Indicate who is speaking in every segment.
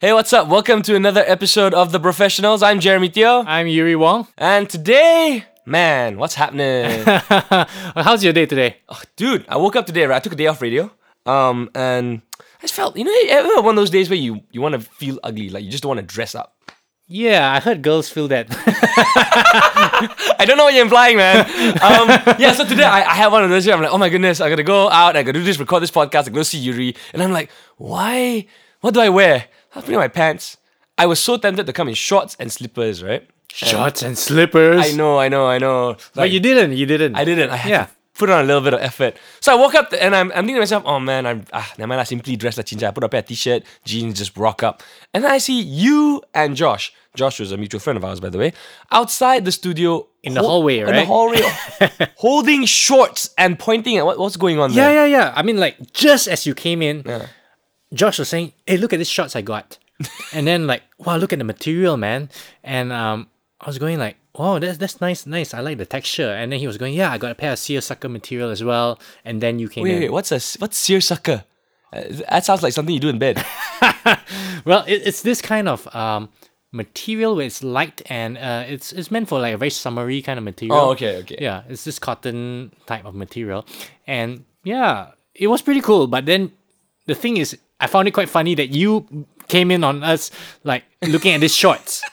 Speaker 1: Hey, what's up? Welcome to another episode of The Professionals. I'm Jeremy Teo.
Speaker 2: I'm Yuri Wong.
Speaker 1: And today, man, what's happening? Oh,
Speaker 2: How's your day today?
Speaker 1: Dude, I woke up today, right? I took a day off radio. Um, and I just felt, you know, you ever have one of those days where you, you want to feel ugly, like you just don't want to dress up.
Speaker 2: Yeah, I heard girls feel that.
Speaker 1: I don't know what you're implying, man. Um, yeah, so today I, I have one of those. where I'm like, oh my goodness, I gotta go out, I gotta do this, record this podcast, I go see Yuri. And I'm like, why? What do I wear? I'll put in my pants. I was so tempted to come in shorts and slippers, right?
Speaker 2: Shorts and slippers.
Speaker 1: I know, I know, I know.
Speaker 2: But
Speaker 1: Like,
Speaker 2: you didn't. You didn't.
Speaker 1: I didn't. I had
Speaker 2: Yeah.
Speaker 1: to put on a little bit of effort. So I woke up and I'm, I'm thinking to myself, oh man, I'm ah, never mind. I simply dressed like Chincha. I put up a t-shirt, jeans, just rock up. And then I see you and Josh. Josh was a mutual friend of ours, by the way, outside the studio. In
Speaker 2: the hallway,
Speaker 1: In the
Speaker 2: right?
Speaker 1: hallway, holding shorts and pointing at what, what's going on
Speaker 2: Yeah,
Speaker 1: there.
Speaker 2: yeah, yeah. I mean, like just as you came in, Josh was saying, "Hey, look at these shots I got," and then like, "Wow, look at the material, man!" And um, I was going like, "Oh, that's that's nice, nice. I like the texture." And then he was going, "Yeah, I got a pair of seersucker material as well." And then you came
Speaker 1: Wait,
Speaker 2: in.
Speaker 1: wait, what's a what's seersucker? Uh, that sounds like something you do in bed.
Speaker 2: Well, it, it's this kind of um material where it's light and uh, it's it's meant for like a very summery kind of material.
Speaker 1: Oh, okay, okay.
Speaker 2: Yeah, it's this cotton type of material, and yeah, it was pretty cool. But then the thing is, I found it quite funny that you came in on us like looking at these shorts.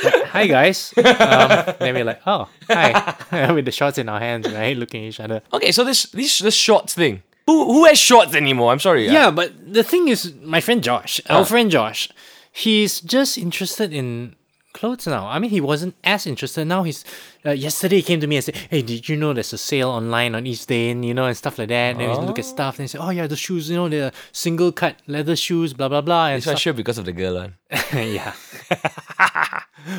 Speaker 2: Like, hi guys. Um, then we're like, oh, hi, with the shorts in our hands, right, looking at each other.
Speaker 1: Okay, so this this this shorts thing. Who who wears shorts anymore? I'm sorry.
Speaker 2: Yeah, but the thing is, my friend Josh, our friend Josh, he's just interested in clothes now. I mean, he wasn't as interested. Now he's. Uh, yesterday he came to me and said, "Hey, did you know there's a sale online on each day, and you know, and stuff like that." And then we look at stuff. Then he said, "Oh yeah, the shoes, you know, the single cut leather shoes, blah blah blah." And
Speaker 1: So I'm sure because of the girl one.
Speaker 2: yeah.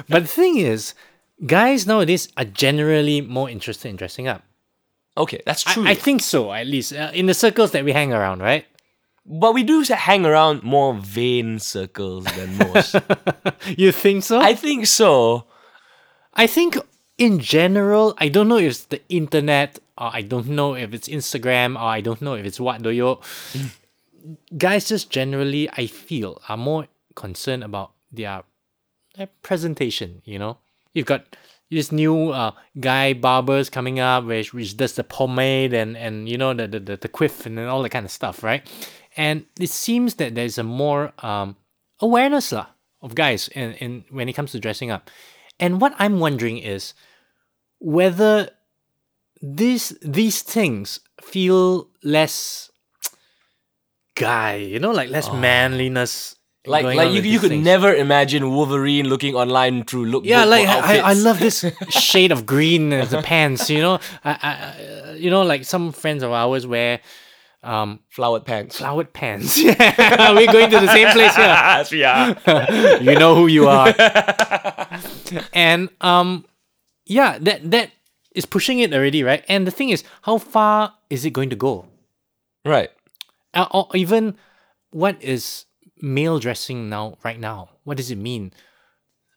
Speaker 2: but the thing is, guys nowadays are generally more interested in dressing up.
Speaker 1: Okay, that's true.
Speaker 2: I think so, at least uh, in the circles that we hang around, right?
Speaker 1: But we do s- hang around more vain circles than most.
Speaker 2: You think so?
Speaker 1: I think so.
Speaker 2: I think in general, I don't know if it's the internet, or I don't know if it's Instagram, or I don't know if it's what do you. Guys, just generally, I feel are more concerned about their, their presentation. You know, you've got this new uh, guy barbers coming up, which which does the pomade and and you know the the the, the quiff and then all that kind of stuff, right? And it seems that there's a more um, awareness lah of guys in, in when it comes to dressing up. And what I'm wondering is whether these these things feel less guy, you know, like less
Speaker 1: Oh.
Speaker 2: manliness.
Speaker 1: Like
Speaker 2: going
Speaker 1: like
Speaker 2: on
Speaker 1: you,
Speaker 2: with
Speaker 1: you
Speaker 2: these
Speaker 1: could
Speaker 2: things.
Speaker 1: never imagine Wolverine looking online through lookbook
Speaker 2: Yeah,
Speaker 1: or
Speaker 2: like I, I
Speaker 1: outfits.
Speaker 2: love this shade of green as the pants, you know. I, I, I- you know, like some friends of ours wear
Speaker 1: flowered pants.
Speaker 2: flowered pants. Yeah, we're going to the same place here.
Speaker 1: Yes, we are.
Speaker 2: you know who you are. and um, yeah, that that is pushing it already, right? And the thing is, how far is it going to go?
Speaker 1: right.
Speaker 2: Uh, or even what is male dressing now? Right now, what does it mean?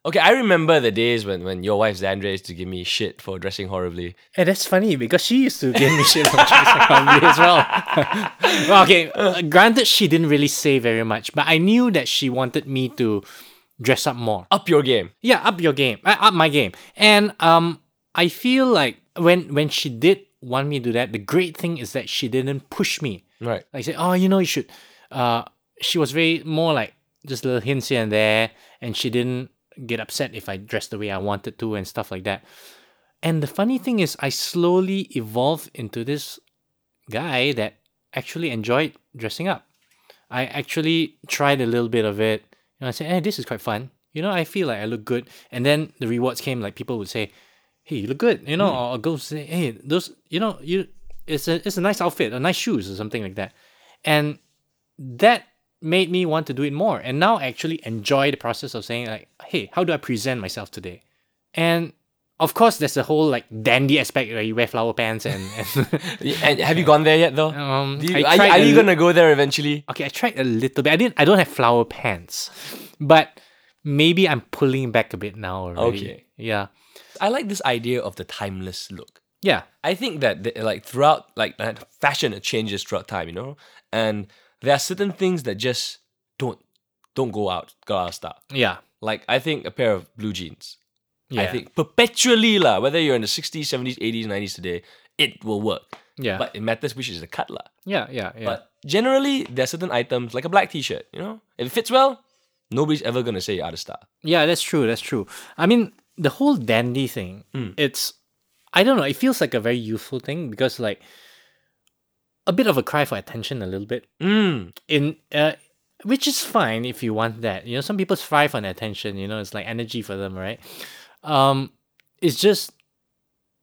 Speaker 1: Okay, I remember the days when, when your wife Zandra used to give me shit for dressing horribly.
Speaker 2: And Eh, that's funny because she used to give me shit from Chasing Comedy as well. well. Okay, uh, granted, she didn't really say very much, but I knew that she wanted me to dress up more.
Speaker 1: Up your game.
Speaker 2: yeah up your game uh, up my game and um i feel like when when she did want me to do that the great thing is that she didn't push me
Speaker 1: Right.
Speaker 2: like say oh you know you should uh she was very more like just little hints here and there and she didn't get upset if i dressed the way i wanted to and stuff like that and the funny thing is i slowly evolved into this guy that actually enjoyed dressing up I actually tried a little bit of it and I said, hey, this is quite fun. You know, I feel like I look good. And then the rewards came, like people would say, hey, you look good. You know,
Speaker 1: Hmm.
Speaker 2: or, or girls say, hey, those, you know, you, it's a, it's a nice outfit or nice shoes or something like that. And that made me want to do it more. And now I actually enjoy the process of saying, like, hey, how do I present myself today? And of course, there's the whole like dandy aspect where you wear flower pants and, and
Speaker 1: Y- And have you gone there yet though?
Speaker 2: Um,
Speaker 1: Do you-
Speaker 2: I
Speaker 1: are, you-
Speaker 2: tried
Speaker 1: are
Speaker 2: a
Speaker 1: you
Speaker 2: l-
Speaker 1: gonna go there eventually?
Speaker 2: okay, I tried a little bit. I didn't. I don't have flower pants, but maybe I'm pulling back a bit now already.
Speaker 1: Okay.
Speaker 2: Yeah.
Speaker 1: I like this idea of the timeless look.
Speaker 2: Yeah.
Speaker 1: I think that the, like throughout like uh, fashion it changes throughout time, you know, and there are certain things that just don't don't go out, Galasta.
Speaker 2: Yeah.
Speaker 1: Like I think a pair of blue jeans.
Speaker 2: Yeah.
Speaker 1: I think perpetually lah, whether you're in the 60s, 70s, 80s, 90s today, it will work.
Speaker 2: yeah.
Speaker 1: But it matters which is the cut lah.
Speaker 2: yeah. Yeah. Yeah.
Speaker 1: But generally, there are certain items like a black T-shirt. You know, if it fits well, nobody's ever gonna say you're out of style.
Speaker 2: Yeah, that's true. That's true. I mean, the whole dandy thing, it's, I don't know, it feels like a very youthful thing because, like, a bit of a cry for attention, a little bit.
Speaker 1: Mm.
Speaker 2: in uh, Which is fine if you want that. You know, some people thrive on attention, you know, it's like energy for them, right? Um, it's just,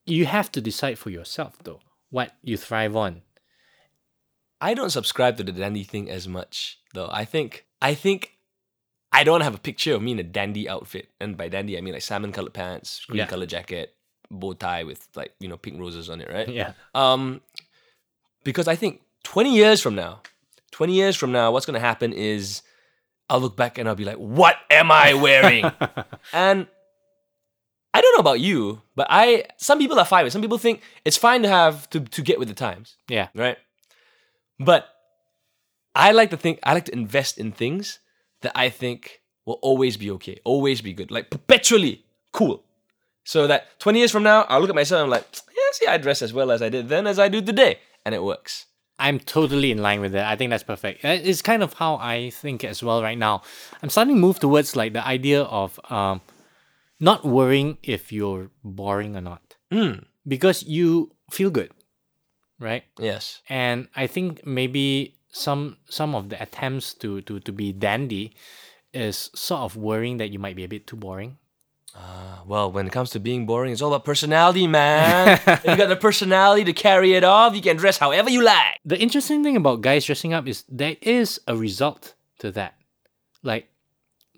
Speaker 2: you have to decide for yourself, though, what you thrive on.
Speaker 1: I don't subscribe to the dandy thing as much though. I think I think I don't have a picture of me in a dandy outfit, and by dandy I mean like salmon colored pants, green
Speaker 2: Yeah.
Speaker 1: colored jacket, bow tie with like you know pink roses on it, right?
Speaker 2: Yeah.
Speaker 1: Um, because I think 20 years from now, 20 years from now, what's going to happen is I'll look back and I'll be like, what am I wearing? and I don't know about you, but I, some people are fine with, some people think it's fine to have, to, to get with the times,
Speaker 2: Yeah.
Speaker 1: right? But I like to think, I like to invest in things that I think will always be okay, always be good, like perpetually cool. So that 20 years from now, I'll look at myself and I'm like, yeah, see, I dress as well as I did then as I do today. And it works.
Speaker 2: I'm totally in line with that. I think that's perfect. Uh, It's kind of how I think as well right now. I'm starting to move towards like the idea of um, not worrying if you're boring or not
Speaker 1: Mm.
Speaker 2: because you feel good, right?
Speaker 1: Yes.
Speaker 2: And I think maybe some some of the attempts to to to be dandy is sort of worrying that you might be a bit too boring.
Speaker 1: Uh, well, when it comes to being boring, it's all about personality, man. if you got the personality to carry it off, you can dress however you like.
Speaker 2: the interesting thing about guys dressing up is there is a result to that. Like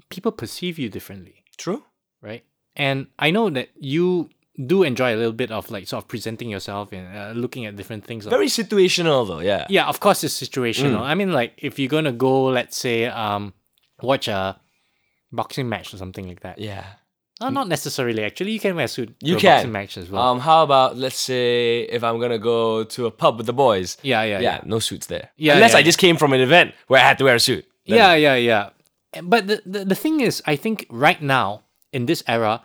Speaker 2: people perceive you differently,
Speaker 1: True.
Speaker 2: right? And I know that you do enjoy a little bit of like sort of presenting yourself and uh, looking at different things.
Speaker 1: Very Mm. situational, though, yeah.
Speaker 2: yeah, of course it's situational. I mean like if you're going to go let's say um watch a boxing match or something like that.
Speaker 1: Yeah.
Speaker 2: No, not necessarily actually. You can wear a suit
Speaker 1: You
Speaker 2: to a
Speaker 1: can.
Speaker 2: boxing match as well.
Speaker 1: Um, how about, let's say, if I'm going to go to a pub with the boys?
Speaker 2: yeah, yeah,
Speaker 1: Yeah,
Speaker 2: yeah.
Speaker 1: no suits there.
Speaker 2: Yeah,
Speaker 1: Unless
Speaker 2: yeah.
Speaker 1: I just came from an event where I had to wear a suit. Then-
Speaker 2: Yeah, yeah, yeah. And- But the, the, the thing is, I think right now, in this era,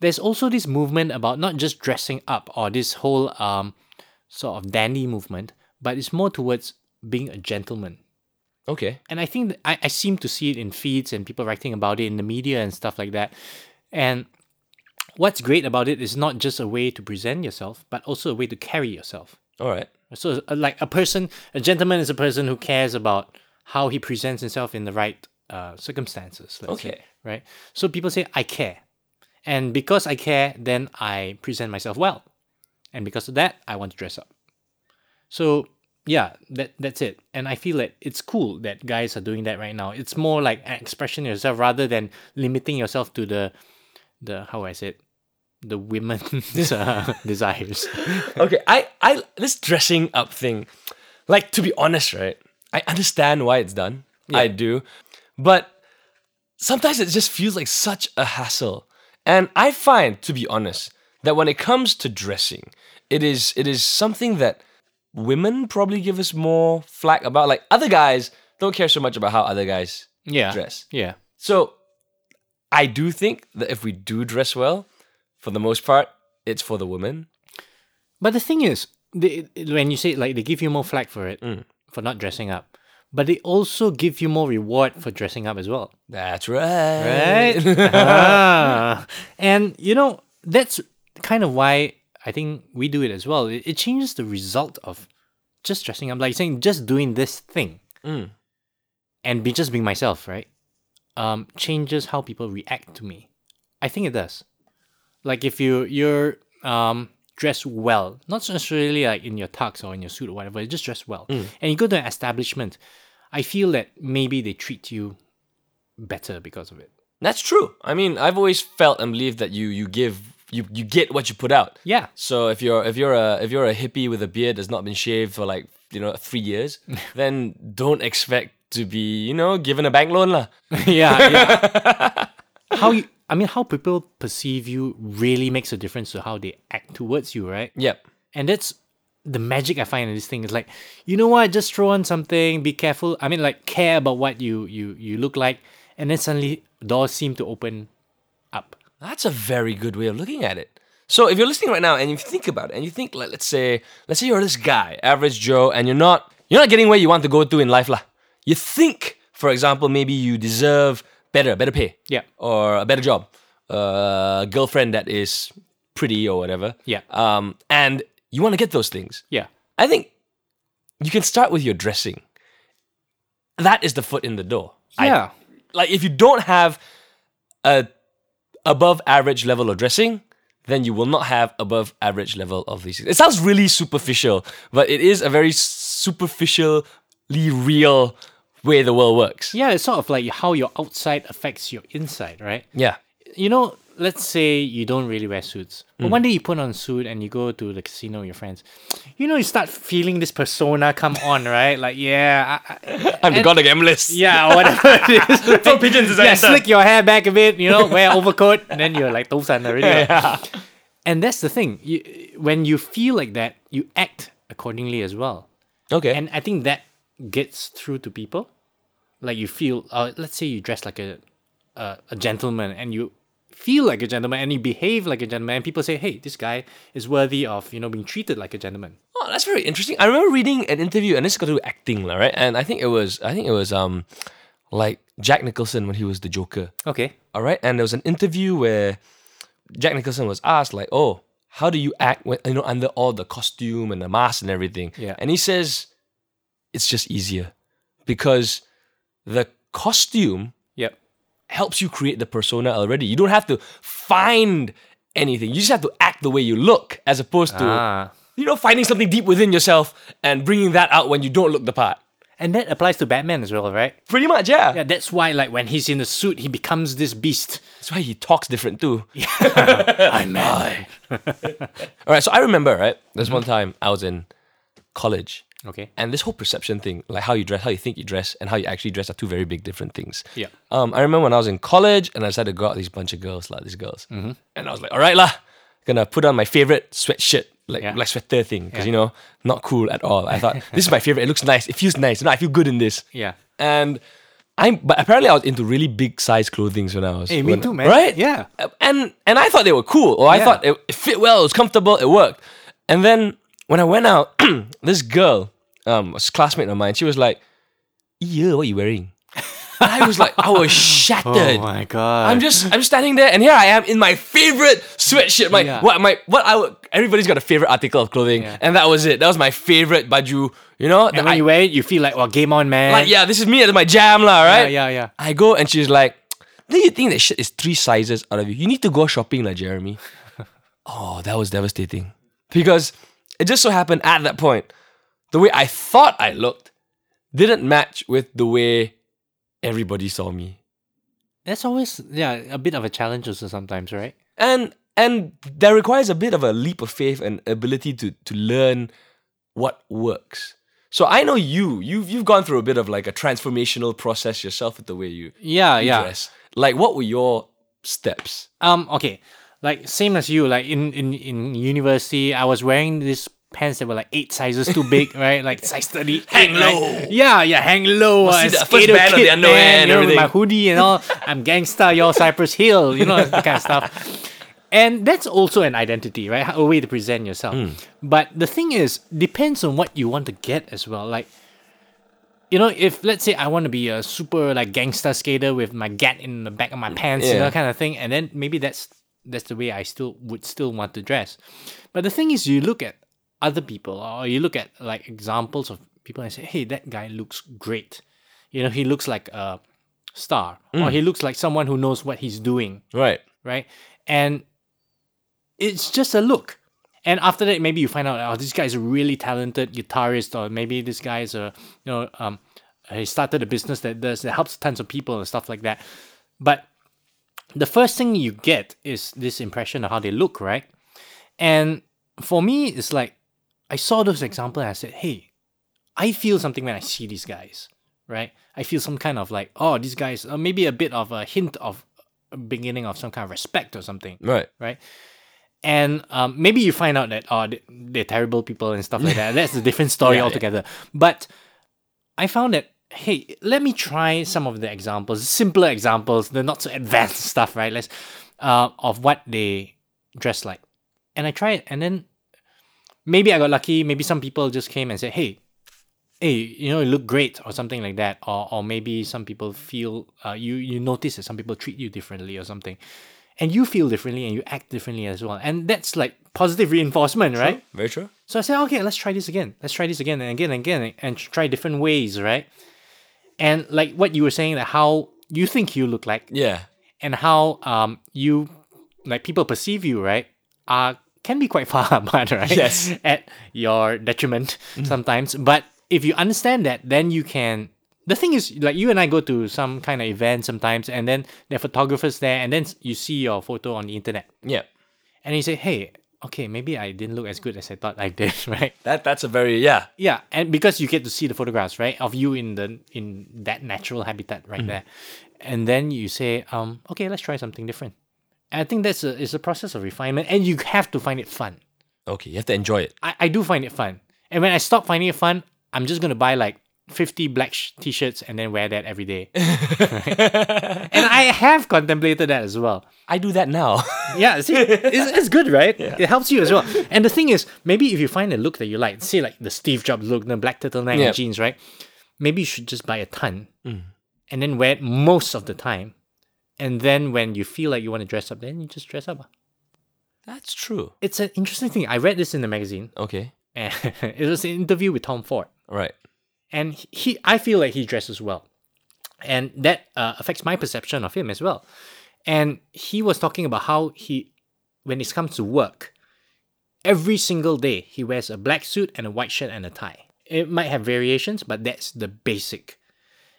Speaker 2: there's also this movement about not just dressing up or this whole um, sort of dandy movement, but it's more towards being a gentleman.
Speaker 1: Okay.
Speaker 2: And I think that I, I seem to see it in feeds and people writing about it in the media and stuff like that. And what's great about it is not just a way to present yourself, but also a way to carry yourself.
Speaker 1: All right.
Speaker 2: So, uh, like a person, a gentleman is a person who cares about how he presents himself in the right uh, circumstances. Let's say,
Speaker 1: Okay.
Speaker 2: right. So people say, "I care," and because I care, then I present myself well, and because of that, I want to dress up. So yeah, that that's it. And I feel that it's cool that guys are doing that right now. It's more like an expression of yourself rather than limiting yourself to the the how I said the women's uh, desires.
Speaker 1: okay, I, I this dressing up thing, like to be honest, right? I understand why it's done. I do, but sometimes it just feels like such a hassle. And I find, to be honest, that when it comes to dressing, it is it is something that women probably give us more flack about. Like other guys don't care so much about how other guys
Speaker 2: Yeah.
Speaker 1: dress.
Speaker 2: Yeah.
Speaker 1: So I do think that if we do dress well, for the most part, it's for the women.
Speaker 2: But the thing is, they, when you say like they give you more flack for it for not dressing up, but they also give you more reward for dressing up as well,
Speaker 1: That's right.
Speaker 2: right? Ah. And you know that's kind of why I think we do it as well. It, it changes the result of just dressing up, like saying just doing this thing
Speaker 1: Mm.
Speaker 2: and be just being myself, right? Um, changes how people react to me. I think it does. Like if you you're um dressed well, not necessarily like in your tux or in your suit or whatever, just dress well, and you go to an establishment, I feel that maybe they treat you better because of it.
Speaker 1: That's true. I mean, I've always felt and believed that you you give you you get what you put out.
Speaker 2: Yeah.
Speaker 1: So if you're if you're a if you're a hippie with a beard that's not been shaved for like you know three years, then don't expect to be you know given a bank loan lah.
Speaker 2: yeah, yeah. how you I mean how people perceive you really makes a difference to how they act towards you, right?
Speaker 1: Yep.
Speaker 2: And that's the magic I find in this thing. Is like, you know what, just throw on something, be careful. I mean like care about what you you you look like and then suddenly doors seem to open up.
Speaker 1: That's a very good way of looking at it. So if you're listening right now and you think about it and you think like let's say let's say you're this guy, average Joe, and you're not you're not getting where you want to go to in life lah. You think, for example, maybe you deserve better, better pay.
Speaker 2: Yeah.
Speaker 1: Or a better job. A girlfriend that is pretty or whatever.
Speaker 2: Yeah.
Speaker 1: Um, and you want to get those things.
Speaker 2: Yeah.
Speaker 1: I think you can start with your dressing. That is the foot in the door. I-
Speaker 2: Yeah.
Speaker 1: like if you don't have a above average level of dressing, then you will not have above average level of these. It sounds really superficial, but it is a very superficially real way the world works.
Speaker 2: yeah, it's sort of like how your outside affects your inside, right?
Speaker 1: Yeah.
Speaker 2: you know, let's say you don't really wear suits, but one day you put on a suit and you go to the casino with your friends, you know, you start feeling this persona come on, right? Like, yeah, I, I,
Speaker 1: I'm the god of gamblers.
Speaker 2: yeah, whatever it is. right?
Speaker 1: Throw pigeons as I
Speaker 2: yeah,
Speaker 1: enter.
Speaker 2: slick your hair back a bit, you know, wear overcoat, and then you're like, those are already. And that's the thing. You, when you feel like that, you act accordingly as well.
Speaker 1: Okay.
Speaker 2: And I think that gets through to people. Like you feel, uh, let's say you dress like a, a a gentleman, and you feel like a gentleman, and you behave like a gentleman, and people say, "Hey, this guy is worthy of you know being treated like a gentleman."
Speaker 1: Oh, that's very interesting. I remember reading an interview, and this got to do with acting, lah, right? And I think it was, I think it was, um, like Jack Nicholson when he was the Joker.
Speaker 2: Okay.
Speaker 1: All right, and there was an interview where Jack Nicholson was asked, like, "Oh, how do you act when you know under all the costume and the mask and everything?"
Speaker 2: Yeah.
Speaker 1: and he says, "It's just easier because the costume
Speaker 2: Yep.
Speaker 1: helps you create the persona already. You don't have to find anything. You just have to act the way you look, as opposed to
Speaker 2: Ah.
Speaker 1: you know finding something deep within yourself and bringing that out when you don't look the part.
Speaker 2: And that applies to Batman as well, right?
Speaker 1: Pretty much, yeah.
Speaker 2: Yeah, that's why like when he's in the suit, he becomes this beast.
Speaker 1: That's why he talks different too.
Speaker 2: I'm mad.
Speaker 1: All right, so I remember, right? There's one time I was in college.
Speaker 2: Okay.
Speaker 1: And this whole perception thing, like how you dress, how you think you dress, and how you actually dress are two very big different things.
Speaker 2: Yeah.
Speaker 1: Um, I remember when I was in college and I decided to go out with these bunch of girls, like these girls. Mm-hmm. And I was like, all right, lah, gonna put on my favorite sweatshirt, like
Speaker 2: Yeah.
Speaker 1: black sweater thing, because, you know, not cool at all. I thought, this is my favorite. It looks nice. It feels nice. You know, I feel good in this.
Speaker 2: Yeah.
Speaker 1: And I'm, but apparently I was into really big size clothing when I was.
Speaker 2: Hey, me
Speaker 1: when-
Speaker 2: too, man.
Speaker 1: Right?
Speaker 2: Yeah.
Speaker 1: And and I thought they were cool, or I
Speaker 2: Yeah.
Speaker 1: thought it, it fit well, it was comfortable, it worked. And then when I went out, this girl, um, was a classmate of mine, she was like, "Yeah, what are you wearing?" And I was like, I was shattered.
Speaker 2: Oh god.
Speaker 1: I'm just I'm just standing there, and here I am in my favorite sweatshirt. My
Speaker 2: Yeah.
Speaker 1: what my what I would, everybody's got a favorite article of clothing,
Speaker 2: Yeah.
Speaker 1: and that was it. That was my favorite baju. You know, I-
Speaker 2: and when you wear it, you feel like, well, game on, man.
Speaker 1: like, yeah, this is me at my jam, lah, right?
Speaker 2: yeah, yeah.
Speaker 1: I go and she's like, do you think that shit is three sizes out of you? You need to go shopping, like Jeremy. oh, that was devastating. Because it just so happened at that point, the way I thought I looked didn't match with the way everybody saw me.
Speaker 2: That's always yeah a bit of a challenge also sometimes, right?
Speaker 1: And and that requires a bit of a leap of faith and ability to to learn what works. So I know you, you've you've gone through a bit of like a transformational process yourself with the way you
Speaker 2: Yeah, yeah.
Speaker 1: dress. Like, what were your steps?
Speaker 2: Um, okay, like same as you. Like in in in university, I was wearing these pants that were like eight sizes too big, right? Like size thirty.
Speaker 1: Hang
Speaker 2: right?
Speaker 1: low.
Speaker 2: Yeah, yeah, hang low.
Speaker 1: Must
Speaker 2: uh,
Speaker 1: see the first
Speaker 2: skater
Speaker 1: band of
Speaker 2: kid,
Speaker 1: the underwear
Speaker 2: man,
Speaker 1: and
Speaker 2: you know, with My
Speaker 1: everything.
Speaker 2: hoodie and all. I'm gangster. You're Cypress Hill. You know that kind of stuff. And that's also an identity, right? A way to present yourself.
Speaker 1: Hmm.
Speaker 2: But the thing is, depends on what you want to get as well. Like you know, if let's say I want to be a super like gangster skater with my gat in the back of my pants, you know,
Speaker 1: Yeah.
Speaker 2: kind of thing, and then maybe that's that's the way I still would still want to dress. But the thing is, you look at other people, or you look at like examples of people, and say, "Hey, that guy looks great." You know, he looks like a star, or he looks like someone who knows what he's doing
Speaker 1: Right.
Speaker 2: right? And it's just a look. And after that, maybe you find out, oh, this guy is a really talented guitarist, or maybe this guy is a, you know, um, he started a business that does that helps tons of people and stuff like that. But the first thing you get is this impression of how they look, right? And for me, it's like I saw those examples and I said, hey, I feel something when I see these guys, right? I feel some kind of like, oh, these guys, uh, maybe a bit of a hint of a beginning of some kind of respect or something,
Speaker 1: Right.
Speaker 2: right? And um, maybe you find out that, oh, they- they're terrible people and stuff like that. That's a different story
Speaker 1: Yeah, yeah.
Speaker 2: altogether. But I found that hey, let me try some of the examples, simpler examples, the not so advanced stuff, right? Let's uh, of what they dress like, and I try it, and then maybe I got lucky. Maybe some people just came and said, hey. Hey, you know, you look great, or something like that, or or maybe some people feel uh, you you notice that some people treat you differently or something, and you feel differently and you act differently as well, and that's like positive reinforcement, right?
Speaker 1: Very true.
Speaker 2: So I said, okay, let's try this again. Let's try this again and again and again and try different ways, right? And like what you were saying, that how you think you look like
Speaker 1: Yeah.
Speaker 2: and how um you like people perceive you, right? Uh can be quite far apart, right?
Speaker 1: Yes.
Speaker 2: At your detriment sometimes. But if you understand that, then you can the thing is like you and I go to some kind of event sometimes and then there are photographers there and then you see your photo on the internet
Speaker 1: Yeah.
Speaker 2: and you say, Hey, okay, maybe I didn't look as good as I thought I did, right?
Speaker 1: That that's a very yeah.
Speaker 2: Yeah, and because you get to see the photographs, right, of you in the in that natural habitat right there, and then you say, um, okay, let's try something different. And I think that's a is a process of refinement, and you have to find it fun.
Speaker 1: Okay, you have to enjoy it.
Speaker 2: I, I do find it fun, and when I stop finding it fun, I'm just gonna buy like fifty black sh- t-shirts and then wear that every day. And I have contemplated that as well.
Speaker 1: I do that now.
Speaker 2: Yeah, see, it's, it's good, right? It helps you as well. And the thing is, maybe if you find a look that you like, say like the Steve Jobs look, the black turtleneck
Speaker 1: Yeah.
Speaker 2: and jeans, right? Maybe you should just buy a ton and then wear it most of the time. And then when you feel like you want to dress up, then you just dress up.
Speaker 1: that's true.
Speaker 2: It's an interesting thing. I read this in the magazine,
Speaker 1: Okay.
Speaker 2: and it was an interview with Tom Ford,
Speaker 1: All right.
Speaker 2: and he, I feel like he dresses well, and that uh, affects my perception of him as well. And he was talking about how he, when it comes to work, every single day he wears a black suit and a white shirt and a tie. It might have variations, but that's the basic.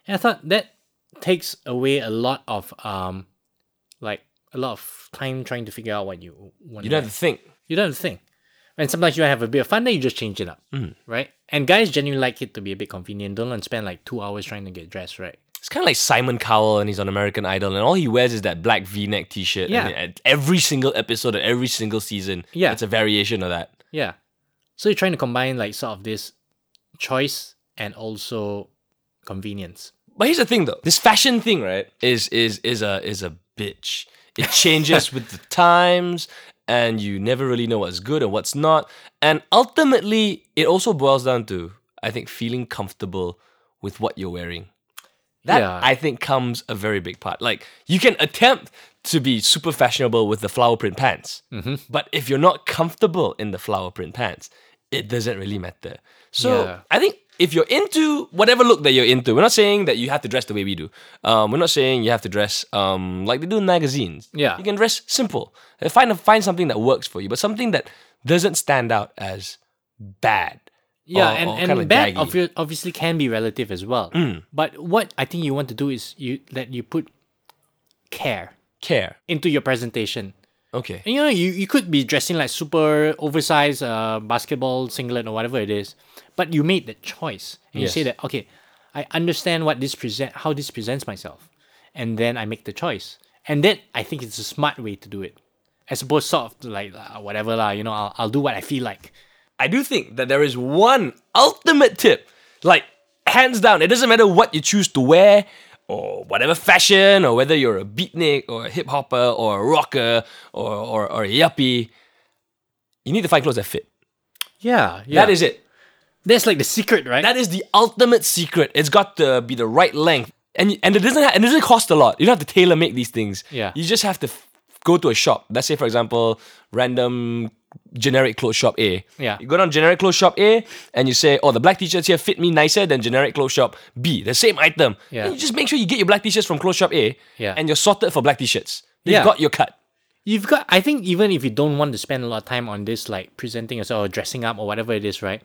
Speaker 2: And I thought that takes away a lot of um, like a lot of time trying to figure out what you want.
Speaker 1: You don't have to think.
Speaker 2: You don't have to think. And sometimes you want to have a bit of fun, then you just change it up, right? And guys genuinely like it to be a bit convenient. Don't want to spend like two hours trying to get dressed, right?
Speaker 1: It's kind of like Simon Cowell and he's on American Idol and all he wears is that black V-neck T-shirt.
Speaker 2: Yeah.
Speaker 1: And at every single episode and every single season,
Speaker 2: Yeah.
Speaker 1: it's a variation of that.
Speaker 2: Yeah. So you're trying to combine like sort of this choice and also convenience.
Speaker 1: But here's the thing though. This fashion thing, right, is is is a is a bitch. It changes with the times and you never really know what's good and what's not. And ultimately, it also boils down to I think feeling comfortable with what you're wearing. That
Speaker 2: Yeah.
Speaker 1: I think comes a very big part. Like you can attempt to be super fashionable with the flower print pants,
Speaker 2: Mm-hmm.
Speaker 1: but if you're not comfortable in the flower print pants, it doesn't really matter. So
Speaker 2: Yeah.
Speaker 1: I think if you're into whatever look that you're into, we're not saying that you have to dress the way we do. Um, we're not saying you have to dress um, like they do in magazines.
Speaker 2: Yeah.
Speaker 1: you can dress simple. Uh, Find find something that works for you, but something that doesn't stand out as bad.
Speaker 2: Yeah,
Speaker 1: or-
Speaker 2: and,
Speaker 1: or
Speaker 2: and
Speaker 1: kinda
Speaker 2: bad
Speaker 1: jaggy.
Speaker 2: obvi- obviously can be relative as well. But what I think you want to do is you that you put care
Speaker 1: care.
Speaker 2: into your presentation.
Speaker 1: Okay.
Speaker 2: And, you know, you, you could be dressing like super oversized uh, basketball singlet or whatever it is, but you made that choice. And
Speaker 1: Yes.
Speaker 2: you say that, okay, I understand what this present how this presents myself. And then I make the choice. And then I think it's a smart way to do it. As opposed sort of to like uh, whatever lah, you know, I'll, I'll do what I feel like.
Speaker 1: I do think that there is one ultimate tip, like hands down. It doesn't matter what you choose to wear or whatever fashion, or whether you're a beatnik or a hip hopper or a rocker or, or, or a yuppie. You need to find clothes that fit.
Speaker 2: Yeah, yeah.
Speaker 1: That is it.
Speaker 2: that's like the secret, right?
Speaker 1: That is the ultimate secret. It's got to be the right length, and and it doesn't ha- it doesn't cost a lot. You don't have to tailor make these things.
Speaker 2: Yeah.
Speaker 1: you just have to f- go to a shop. Let's say, for example, random generic clothes shop A.
Speaker 2: Yeah.
Speaker 1: you go down generic clothes shop A, and you say, "Oh, the black t-shirts here fit me nicer than generic clothes shop B." The same item.
Speaker 2: Yeah.
Speaker 1: Then you just make sure you get your black t-shirts from clothes shop A.
Speaker 2: Yeah.
Speaker 1: and you're sorted for black t-shirts. You've
Speaker 2: Yeah.
Speaker 1: got your cut.
Speaker 2: You've got, I think, even if you don't want to spend a lot of time on this, like presenting yourself or dressing up or whatever it is, right?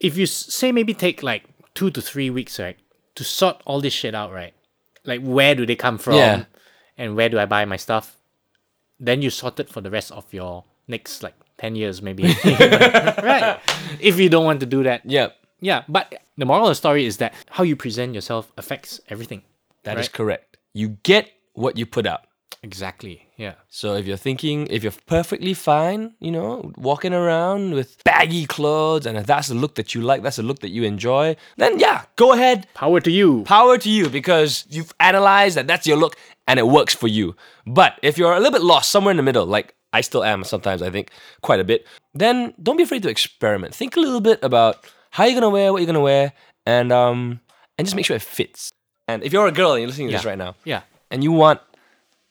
Speaker 2: If you s- say maybe take like two to three weeks, right, to sort all this shit out, right? Like, where do they come from?
Speaker 1: Yeah.
Speaker 2: And where do I buy my stuff? Then you sort it for the rest of your next, like, 10 years, maybe. right. If you don't want to do that.
Speaker 1: Yeah,
Speaker 2: Yeah. But the moral of the story is that how you present yourself affects everything.
Speaker 1: that is
Speaker 2: Right.
Speaker 1: correct. You get what you put out.
Speaker 2: Exactly. Yeah.
Speaker 1: So if you're thinking, if you're perfectly fine, you know, walking around with baggy clothes, and if that's the look that you like, that's the look that you enjoy, then yeah, go ahead,
Speaker 2: Power to you.
Speaker 1: power to you because you've analyzed that that's your look and it works for you. But if you're a little bit lost somewhere in the middle, like I still am sometimes, I think quite a bit, then don't be afraid to experiment. Think a little bit about how you're gonna wear, what you're gonna wear, and um, and just make sure it fits. And if you're a girl and you're listening to this right now,
Speaker 2: Yeah.
Speaker 1: and you want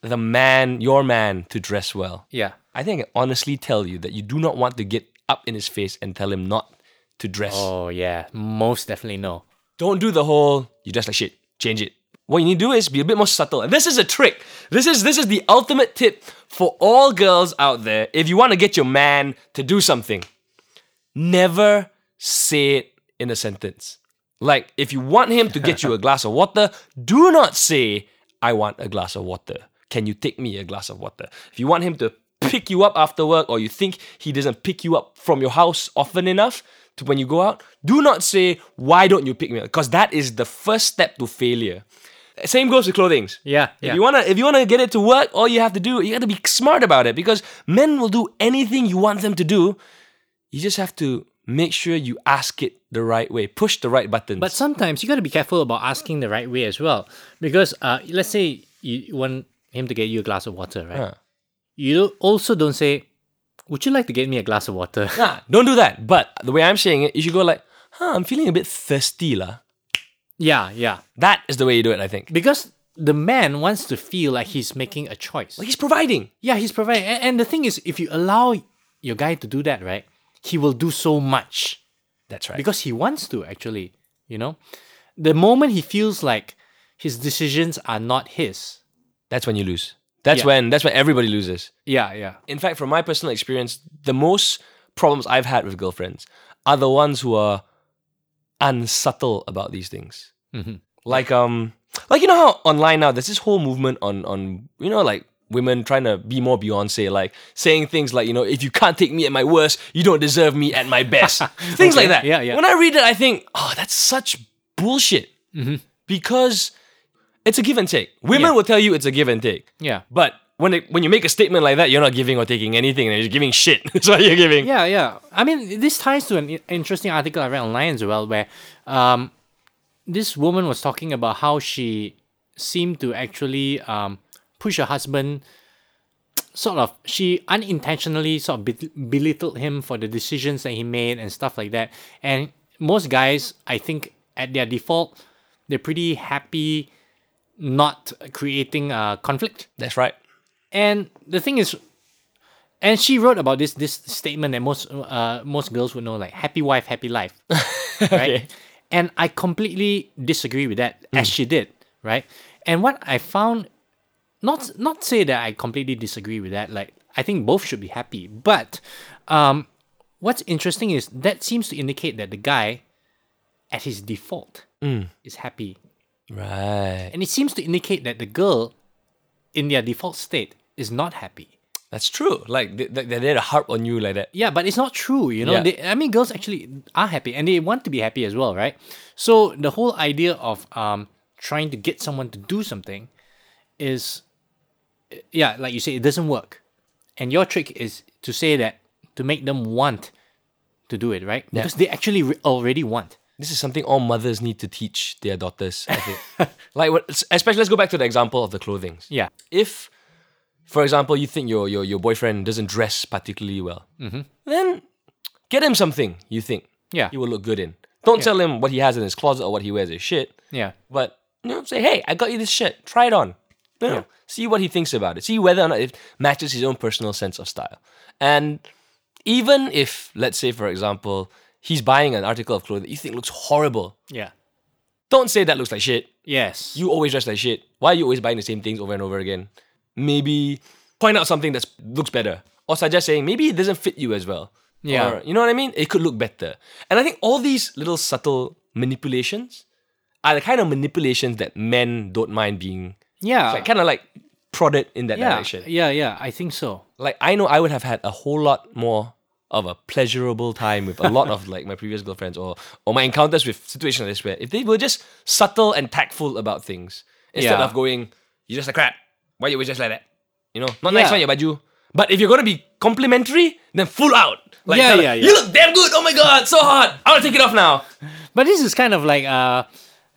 Speaker 1: the man, your man, to dress well,
Speaker 2: Yeah.
Speaker 1: I think I can honestly tell you that you do not want to get up in his face and tell him not to dress.
Speaker 2: Oh yeah. Most definitely no.
Speaker 1: Don't do the whole you dress like shit, change it. What you need to do is be a bit more subtle. And this is a trick. This is this is the ultimate tip for all girls out there. If you want to get your man to do something, never say it in a sentence. Like if you want him to get you a glass of water, do not say I want a glass of water. Can you take me a glass of water? If you want him to pick you up after work or you think he doesn't pick you up from your house often enough to when you go out, do not say why don't you pick me up because that is the first step to failure. Same goes with clothing.
Speaker 2: Yeah. Yeah.
Speaker 1: If you wanna if you wanna get it to work, all you have to do, you gotta be smart about it because men will do anything you want them to do. You just have to make sure you ask it the right way. Push the right buttons.
Speaker 2: But sometimes you got to be careful about asking the right way as well, because uh, let's say you want him to get you a glass of water, right?
Speaker 1: Huh.
Speaker 2: You don't- also don't say, "Would you like to get me a glass of water?"
Speaker 1: nah, don't do that. But the way I'm saying it, you should go like, huh, I'm feeling a bit thirsty, lah.
Speaker 2: yeah, yeah,
Speaker 1: That is the way you do it, I think.
Speaker 2: because the man wants to feel like he's making a choice.
Speaker 1: Like he's providing.
Speaker 2: Yeah, he's providing, and, and the thing is, if you allow your guy to do that, right, he will do so much
Speaker 1: That's right.
Speaker 2: because he wants to. Actually, you know, the moment he feels like his decisions are not his.
Speaker 1: that's when you lose. That's
Speaker 2: Yeah.
Speaker 1: when that's when everybody loses.
Speaker 2: Yeah, yeah.
Speaker 1: In fact, from my personal experience, the most problems I've had with girlfriends are the ones who are unsubtle about these things.
Speaker 2: Mhm.
Speaker 1: Like um, like you know how online now there's this whole movement on on you know like women trying to be more Beyonce, like saying things like you know if you can't take me at my worst, you don't deserve me at my best, things
Speaker 2: Okay,
Speaker 1: like that.
Speaker 2: yeah, yeah.
Speaker 1: When I read it, I think, oh, that's such bullshit because it's a give and take. Women
Speaker 2: Mm-hmm. Yeah.
Speaker 1: will tell you it's a give and take.
Speaker 2: Yeah.
Speaker 1: But when it, when you make a statement like that, you're not giving or taking anything. You're just giving shit. That's what you're giving.
Speaker 2: Yeah, yeah. I mean, this ties to an i- interesting article I read online as well, where um, this woman was talking about how she seemed to actually um, push her husband. Sort of, she unintentionally sort of bel- belittled him for the decisions that he made and stuff like that. And most guys, I think, at their default, they're pretty happy not creating uh, conflict.
Speaker 1: That's right.
Speaker 2: And the thing is, and she wrote about this this statement that most uh, most girls would know, like "happy wife, happy life," right? And I completely disagree with that, as she did, right? And what I found, not not say that I completely disagree with that. Like I think both should be happy, but um, what's interesting is that seems to indicate that the guy, at his default, is happy
Speaker 1: Right.
Speaker 2: and it seems to indicate that the girl, in their default state, is not happy.
Speaker 1: That's true. Like they, they- they're there to harp on you like that.
Speaker 2: Yeah, but it's not true, you know.
Speaker 1: Yeah.
Speaker 2: They, I mean, girls actually are happy, and they want to be happy as well, right? So the whole idea of um trying to get someone to do something is, yeah, like you say, it doesn't work. And your trick is to say that to make them want to do it, right? Because they actually re- already want.
Speaker 1: This is something all mothers need to teach their daughters. I think. like what, especially let's go back to the example of the clothing.
Speaker 2: Yeah,
Speaker 1: if, for example, you think your your, your boyfriend doesn't dress particularly well, then get him something you think
Speaker 2: Mm-hmm. yeah,
Speaker 1: he will look good in. Don't tell him what he has in his closet or what he wears is shit.
Speaker 2: yeah,
Speaker 1: But you know, say, hey, I got you this shirt. Try it on. You know, See what he thinks about it. See whether or not it matches his own personal sense of style. And even if, let's say, for example, he's buying an article of clothing that you think looks horrible,
Speaker 2: yeah.
Speaker 1: don't say that looks like shit.
Speaker 2: Yes.
Speaker 1: You always dress like shit. Why are you always buying the same things over and over again? Maybe point out something that looks better. Or suggest saying maybe it doesn't fit you as well.
Speaker 2: Yeah.
Speaker 1: Or, you know what I mean? It could look better. And I think all these little subtle manipulations are the kind of manipulations that men don't mind being
Speaker 2: yeah.
Speaker 1: like, kind of like prodded in that
Speaker 2: yeah.
Speaker 1: direction.
Speaker 2: Yeah. Yeah. I think so.
Speaker 1: Like I know I would have had a whole lot more of a pleasurable time with a lot of like my previous girlfriends or or my encounters with situations like this where if they were just subtle and tactful about things instead
Speaker 2: Yeah.
Speaker 1: of going, You're just a crap. Why you were just like that? You know, not nice
Speaker 2: Yeah.
Speaker 1: one your baju. But if you're gonna be complimentary, then full out. Like,
Speaker 2: Yeah,
Speaker 1: kinda
Speaker 2: yeah,
Speaker 1: like,
Speaker 2: yeah.
Speaker 1: You look damn good. Oh my god, so hot. I wanna take it off now.
Speaker 2: But this is kind of like uh,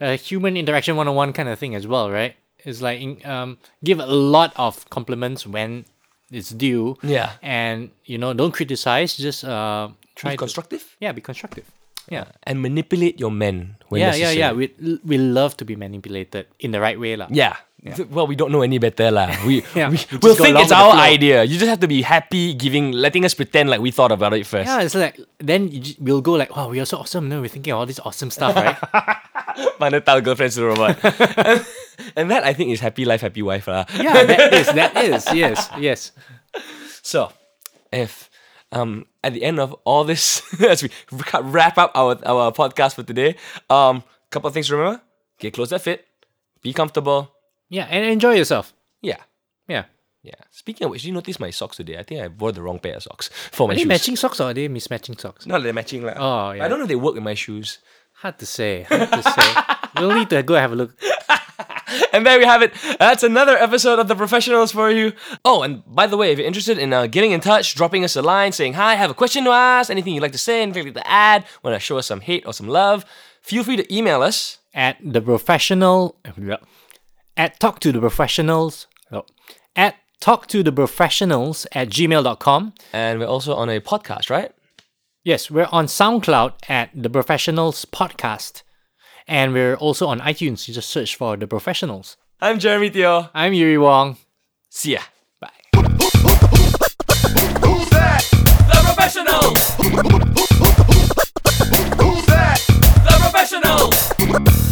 Speaker 2: a human interaction 101 kind of thing as well, right? It's like in- um, give a lot of compliments when it's due.
Speaker 1: Yeah.
Speaker 2: And, you know, don't criticize, just uh, try
Speaker 1: Be
Speaker 2: to.
Speaker 1: constructive
Speaker 2: yeah, be constructive. Yeah.
Speaker 1: and manipulate your men when
Speaker 2: Yeah, yeah,
Speaker 1: necessary.
Speaker 2: yeah. We, we love to be manipulated in the right way. lah.
Speaker 1: Yeah. Th- Well, we don't know any better, lah. We,
Speaker 2: Yeah.
Speaker 1: we
Speaker 2: Just
Speaker 1: we'll
Speaker 2: go
Speaker 1: think
Speaker 2: along
Speaker 1: it's
Speaker 2: with the
Speaker 1: our
Speaker 2: flow.
Speaker 1: idea. You just have to be happy, giving, letting us pretend like we thought about it first.
Speaker 2: Yeah, it's like then you, j- we'll go like, wow, we are so awesome. No, we're thinking of all this awesome stuff, right?
Speaker 1: Manatau girlfriends to robot. and that I think is happy life, happy wife, lah.
Speaker 2: yeah, that is, that is, yes, yes.
Speaker 1: So, if um at the end of all this, as we ra- wrap up our our podcast for today, um, couple of things to remember: get clothes that fit, be comfortable.
Speaker 2: Yeah, and enjoy yourself.
Speaker 1: Yeah,
Speaker 2: Yeah.
Speaker 1: yeah. Speaking of which, did you notice my socks today? I think I wore the wrong pair of socks for my
Speaker 2: Are they
Speaker 1: shoes.
Speaker 2: matching socks or are they mismatching socks?
Speaker 1: No, they're matching, lah.
Speaker 2: Oh,
Speaker 1: I
Speaker 2: yeah.
Speaker 1: don't know if they work with my shoes.
Speaker 2: Hard to say. Hard to say. we'll need to go have a look.
Speaker 1: And there we have it. That's another episode of The Professionals for you. Oh, and by the way, if you're interested in uh, getting in touch, dropping us a line, saying hi, have a question to ask, anything you'd like to say, anything you'd like to add, want to show us some hate or some love, feel free to email us.
Speaker 2: At the professional at talk to the professionals no, at talk to the professionals at gmail.com.
Speaker 1: And we're also on a podcast, right?
Speaker 2: Yes, we're on SoundCloud at the Professionals Podcast. And we're also on iTunes. You just search for the Professionals.
Speaker 1: I'm Jeremy Theo.
Speaker 2: I'm Yuri Wong.
Speaker 1: See ya.
Speaker 2: Bye.
Speaker 3: Who's that?
Speaker 1: The Professionals!
Speaker 3: Who's that?
Speaker 1: The Professionals!